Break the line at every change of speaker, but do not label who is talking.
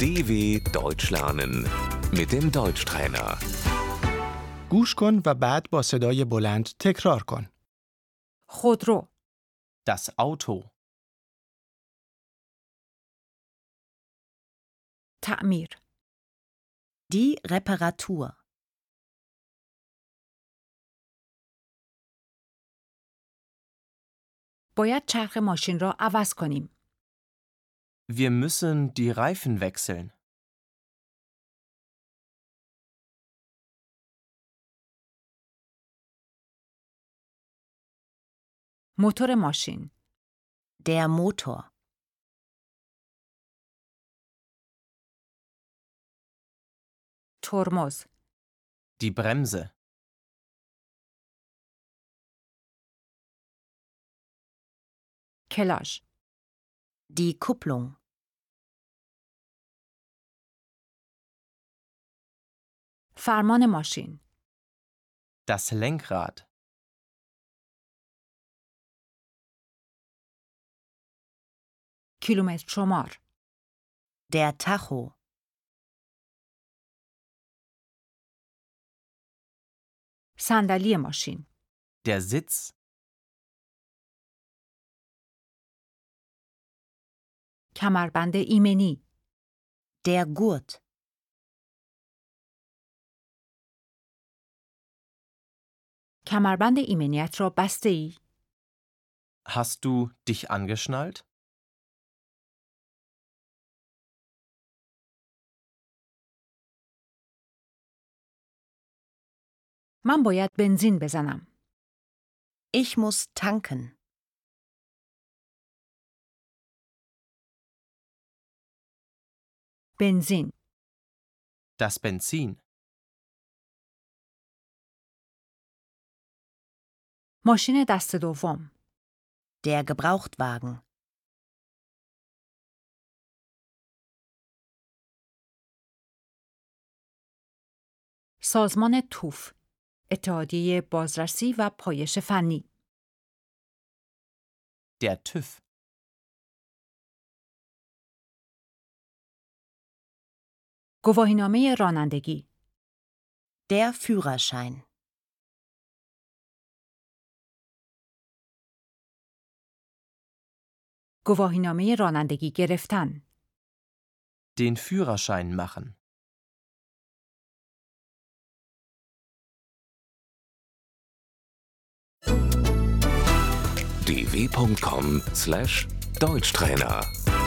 DW Deutsch lernen mit dem Deutschtrainer.
گوش کن و بعد با صدای بلند تکرار کن.
خودرو
Das Auto.
تعمیر
Die Reparatur.
باید چرخ ماشین را عوض کنیم
Wir müssen die Reifen wechseln.
موتور ماشین
Der Motor.
ترمز
Die Bremse.
کلاش
Die Kupplung.
فرمان ماشین
Das Lenkrad.
کیلومتر شمار
Der Tacho.
صندلی ماشین
Der Sitz.
کمربند ایمنی
Der Gurt.
کمربند ایمنیت را بسته ای
Hast du dich angeschnallt?
من باید بنزین بزنم
Ich muss tanken.
بنزین
Das Benzin.
ماشین دست دوم
Der Gebrauchtwagen.
سازمان توف اتحادیه بازرسی و پایش فنی
Der TÜV.
گواهینامه رانندگی
Der Führerschein.
گواهینامه رانندگی گرفتن
Den Führerschein machen.
dw.com/deutschtrainer